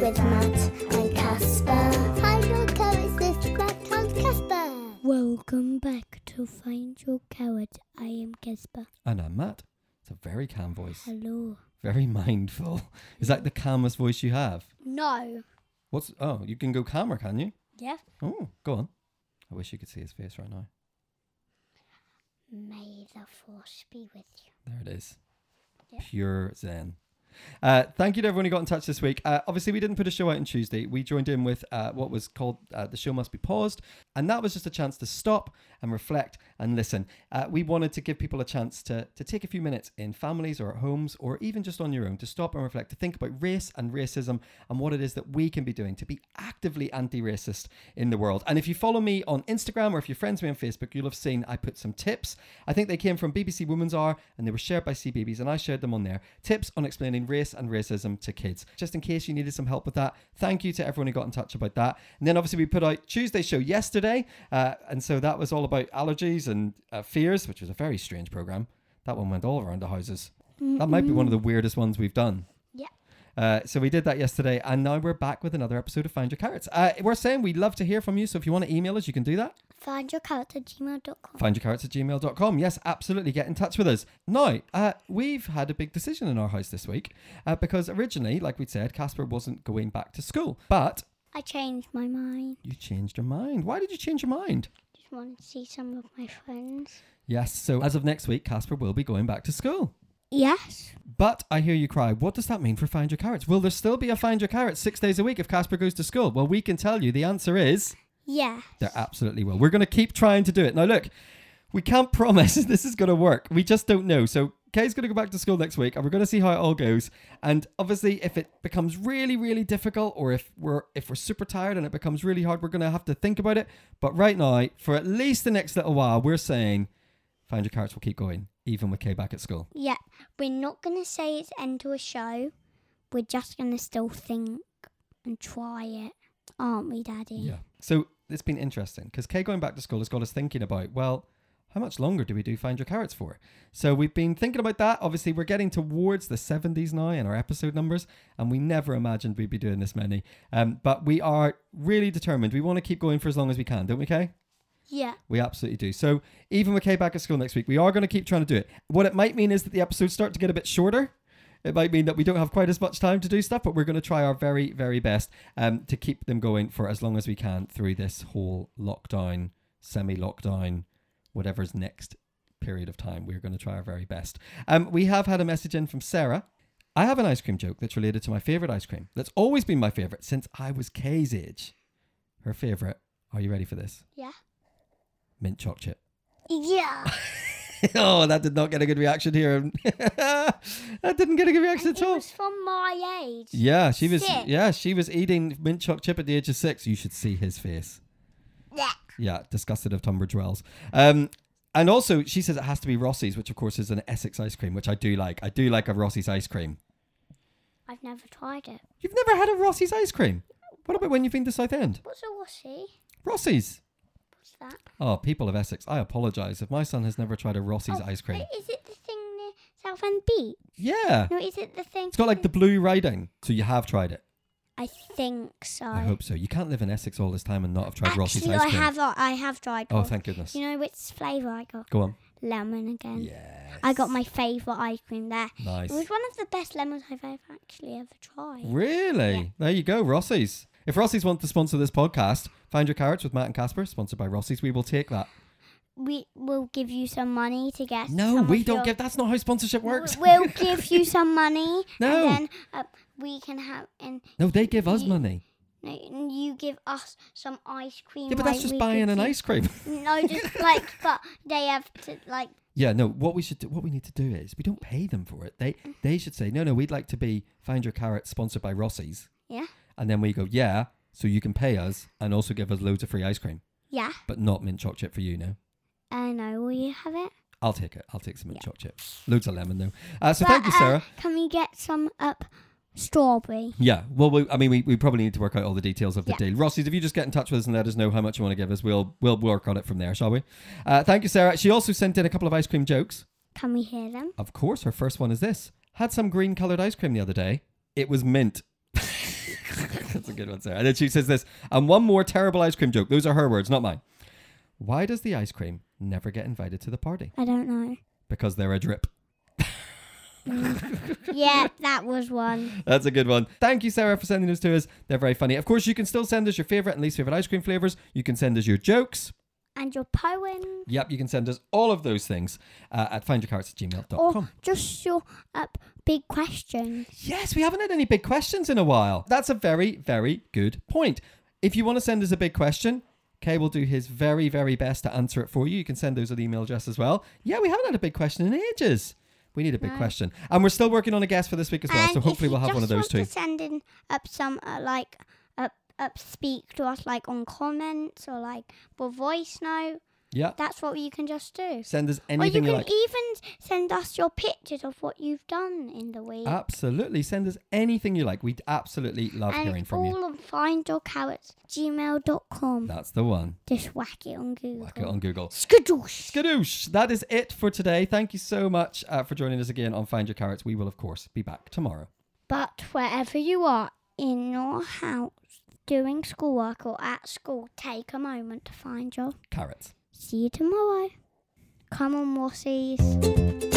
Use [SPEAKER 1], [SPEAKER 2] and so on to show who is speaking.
[SPEAKER 1] with Matt and Casper. Find your carrots with Matt and Casper.
[SPEAKER 2] Welcome back to Find Your Carrot. I am Casper.
[SPEAKER 3] And I'm Matt. It's a very calm voice,
[SPEAKER 2] Hello.
[SPEAKER 3] very mindful. Is that the calmest voice you have?
[SPEAKER 2] No.
[SPEAKER 3] What's oh, you can go calmer, can you?
[SPEAKER 2] Yeah.
[SPEAKER 3] Oh, go on. I wish you could see his face right now.
[SPEAKER 2] May the force be with you.
[SPEAKER 3] There it is.
[SPEAKER 2] Yeah.
[SPEAKER 3] Pure Zen. Uh, thank you to everyone who got in touch this week. Uh, obviously, we didn't put a show out on Tuesday. We joined in with uh, what was called uh, The Show Must Be Paused. And that was just a chance to stop and reflect and listen. Uh, we wanted to give people a chance to, to take a few minutes in families or at homes or even just on your own to stop and reflect, to think about race and racism and what it is that we can be doing to be actively anti racist in the world. And if you follow me on Instagram or if you're friends with me on Facebook, you'll have seen I put some tips. I think they came from BBC Women's Hour and they were shared by CBeebies, and I shared them on there. Tips on explaining race and racism to kids. Just in case you needed some help with that, thank you to everyone who got in touch about that. And then obviously we put out Tuesday's show yesterday, uh, and so that was all about allergies and uh, fears, which was a very strange program. That one went all around the houses. That might be one of the weirdest ones we've done.
[SPEAKER 2] Yeah.
[SPEAKER 3] Uh, so we did that yesterday, and now we're back with another episode of Find Your Carrots. Uh, we're saying we'd love to hear from you, so if you want to email us, you can do that.
[SPEAKER 2] Find your carrot at gmail.com.
[SPEAKER 3] Findyourcarrots at gmail.com. Yes, absolutely. Get in touch with us. Now, uh, we've had a big decision in our house this week uh, because originally, like we said, Casper wasn't going back to school. But
[SPEAKER 2] I changed my mind.
[SPEAKER 3] you changed your mind. Why did you change your mind?
[SPEAKER 2] Just wanted to see some of my friends.
[SPEAKER 3] Yes, so as of next week, Casper will be going back to school.
[SPEAKER 2] Yes.
[SPEAKER 3] But I hear you cry, what does that mean for Find Your Carrots? Will there still be a Find Your Carrots six days a week if Casper goes to school? Well, we can tell you the answer is.
[SPEAKER 2] Yes.
[SPEAKER 3] There absolutely will. We're going to keep trying to do it. Now, look, we can't promise this is going to work. We just don't know. So, Kay's going to go back to school next week, and we're going to see how it all goes. And obviously, if it becomes really, really difficult, or if we're if we're super tired and it becomes really hard, we're going to have to think about it. But right now, for at least the next little while, we're saying, find your carrots will keep going, even with Kay back at school.
[SPEAKER 2] Yeah. We're not going to say it's end to a show. We're just going to still think and try it. Aren't we, Daddy?
[SPEAKER 3] So it's been interesting because Kay going back to school has got us thinking about, well, how much longer do we do Find Your Carrots for? So we've been thinking about that. Obviously, we're getting towards the 70s now in our episode numbers, and we never imagined we'd be doing this many. Um, but we are really determined. We want to keep going for as long as we can, don't we, Kay?
[SPEAKER 2] Yeah.
[SPEAKER 3] We absolutely do. So even with Kay back at school next week, we are going to keep trying to do it. What it might mean is that the episodes start to get a bit shorter. It might mean that we don't have quite as much time to do stuff, but we're going to try our very, very best um, to keep them going for as long as we can through this whole lockdown, semi lockdown, whatever's next period of time. We're going to try our very best. Um, we have had a message in from Sarah. I have an ice cream joke that's related to my favorite ice cream that's always been my favorite since I was Kay's age. Her favorite. Are you ready for this?
[SPEAKER 2] Yeah.
[SPEAKER 3] Mint chocolate. chip.
[SPEAKER 2] Yeah.
[SPEAKER 3] oh, that did not get a good reaction here. that didn't get a good reaction
[SPEAKER 2] And
[SPEAKER 3] at all.
[SPEAKER 2] It was from my age.
[SPEAKER 3] Yeah, she was.
[SPEAKER 2] sick.
[SPEAKER 3] Yeah, she was eating mint choc chip at the age of six. You should see his face.
[SPEAKER 2] Blech.
[SPEAKER 3] Yeah, disgusted of Tunbridge Wells. Um, and also, she says it has to be Rossi's, which of course is an Essex ice cream, which I do like. I do like a Rossi's ice cream.
[SPEAKER 2] I've never tried it.
[SPEAKER 3] You've never had a Rossi's ice cream. What about when you've been to South End?
[SPEAKER 2] What's a washi?
[SPEAKER 3] Rossi's.
[SPEAKER 2] What's that?
[SPEAKER 3] Oh, people of Essex, I apologise if my son has never tried a Rossi's
[SPEAKER 2] Oh,
[SPEAKER 3] ice cream.
[SPEAKER 2] i- Is it the thing near Southend Beach?
[SPEAKER 3] Yeah,
[SPEAKER 2] No, is it the thing?
[SPEAKER 3] it's got like the blue writing, so you have tried it.
[SPEAKER 2] I think so.
[SPEAKER 3] I hope so. You can't live in Essex all this time and not have tried Rossi's
[SPEAKER 2] Actually,
[SPEAKER 3] ice
[SPEAKER 2] I
[SPEAKER 3] cream.
[SPEAKER 2] have. I have tried.
[SPEAKER 3] oh,
[SPEAKER 2] one.
[SPEAKER 3] thank goodness.
[SPEAKER 2] Do you know which flavour I got?
[SPEAKER 3] Go on.
[SPEAKER 2] Lemon again.
[SPEAKER 3] Yes.
[SPEAKER 2] I got my favourite ice cream there.
[SPEAKER 3] Nice.
[SPEAKER 2] It was one of the best lemons I've ever actually ever tried.
[SPEAKER 3] Really? There you go, Rossi's. If Rossi's want to sponsor this podcast, Find Your Carrots with Matt and Casper, sponsored by Rossi's, we will take that.
[SPEAKER 2] We will give you some money to get.
[SPEAKER 3] No,
[SPEAKER 2] some
[SPEAKER 3] we
[SPEAKER 2] of
[SPEAKER 3] don't
[SPEAKER 2] your-
[SPEAKER 3] give. That's not how sponsorship works.
[SPEAKER 2] We'll give you some money.
[SPEAKER 3] No.
[SPEAKER 2] And then uh, we can have and
[SPEAKER 3] no, they give us money.
[SPEAKER 2] no, and you give us some ice cream.
[SPEAKER 3] Yeah, but that's
[SPEAKER 2] like
[SPEAKER 3] just
[SPEAKER 2] we
[SPEAKER 3] buying
[SPEAKER 2] could
[SPEAKER 3] an
[SPEAKER 2] do-
[SPEAKER 3] ice cream.
[SPEAKER 2] No, just like, but they have to like.
[SPEAKER 3] Yeah, no. What we should do, what we need to do is we don't pay them for it. They they should say no, no. We'd like to be Find Your Carrot sponsored by Rossi's,
[SPEAKER 2] Yeah.
[SPEAKER 3] and then we go yeah, so you can pay us and also give us loads of free ice cream,
[SPEAKER 2] Yeah.
[SPEAKER 3] but not mint chocolate chip for you, no.
[SPEAKER 2] I know. Will you have it?
[SPEAKER 3] I'll take it. I'll take some mint chocolate chip. Loads of lemon though. Uh, so thank you,
[SPEAKER 2] But, uh,
[SPEAKER 3] Sarah.
[SPEAKER 2] can we get some up strawberry?
[SPEAKER 3] yeah. Well, we, I mean, we, we probably need to work out all the details of the
[SPEAKER 2] Yeah.
[SPEAKER 3] deal. Rossies, if you just get in touch with us and let us know how much you want to give us, we'll we'll work on it from there, shall we? Uh, thank you, Sarah. She also sent in a couple of ice cream jokes.
[SPEAKER 2] Can we hear them?
[SPEAKER 3] Of course, her first one is this: had some green coloured ice cream the other day. It was mint. some good ones there. And then she says this, and one more terrible ice cream joke. Those are her words, not mine. Why does the ice cream never get invited to the party?
[SPEAKER 2] I don't know.
[SPEAKER 3] Because they're a drip.
[SPEAKER 2] yeah, that was one.
[SPEAKER 3] That's a good one. Thank you, Sarah, for sending those to us. They're very funny. Of course, you can still send us your favorite and least favorite ice cream flavors. You can send us your jokes.
[SPEAKER 2] And your poem.
[SPEAKER 3] Yep, you can send us all of those things uh, at
[SPEAKER 2] Or
[SPEAKER 3] findyourcarrots@gmail.com.
[SPEAKER 2] just your up big questions.
[SPEAKER 3] Yes, we haven't had any big questions in a while. That's a very, very good point. If you want to send us a big question, Kay will do his very, very best to answer it for you. You can send those at the email address as well. Yeah, we haven't had a big question in ages. We need a big question. And we're still working on a guest for this week as well,
[SPEAKER 2] and
[SPEAKER 3] so
[SPEAKER 2] if
[SPEAKER 3] hopefully
[SPEAKER 2] you
[SPEAKER 3] we'll have
[SPEAKER 2] just
[SPEAKER 3] one of those
[SPEAKER 2] want
[SPEAKER 3] too.
[SPEAKER 2] To send in up some uh, like up up speak to us like on comments or like or voice note.
[SPEAKER 3] Yeah.
[SPEAKER 2] That's what you can just do.
[SPEAKER 3] Send us
[SPEAKER 2] or you
[SPEAKER 3] anything
[SPEAKER 2] can
[SPEAKER 3] you like.
[SPEAKER 2] even send us your pictures of what you've done in the week.
[SPEAKER 3] Absolutely. Send us anything you like. We'd absolutely love
[SPEAKER 2] and
[SPEAKER 3] hearing
[SPEAKER 2] it's
[SPEAKER 3] from you.
[SPEAKER 2] all on findyourcarrotsgmail.com.
[SPEAKER 3] That's the one.
[SPEAKER 2] Just whack it on Google.
[SPEAKER 3] Like it on Google.
[SPEAKER 2] Skadoosh.
[SPEAKER 3] Skadoosh, that is it for today. Thank you so much uh, for joining us again on Find Your Carrots. We will, of course, be back tomorrow.
[SPEAKER 2] But wherever you are, in your house, doing schoolwork or at school, take a moment to find your.
[SPEAKER 3] Carrots.
[SPEAKER 2] See you tomorrow. Come on, Mossies.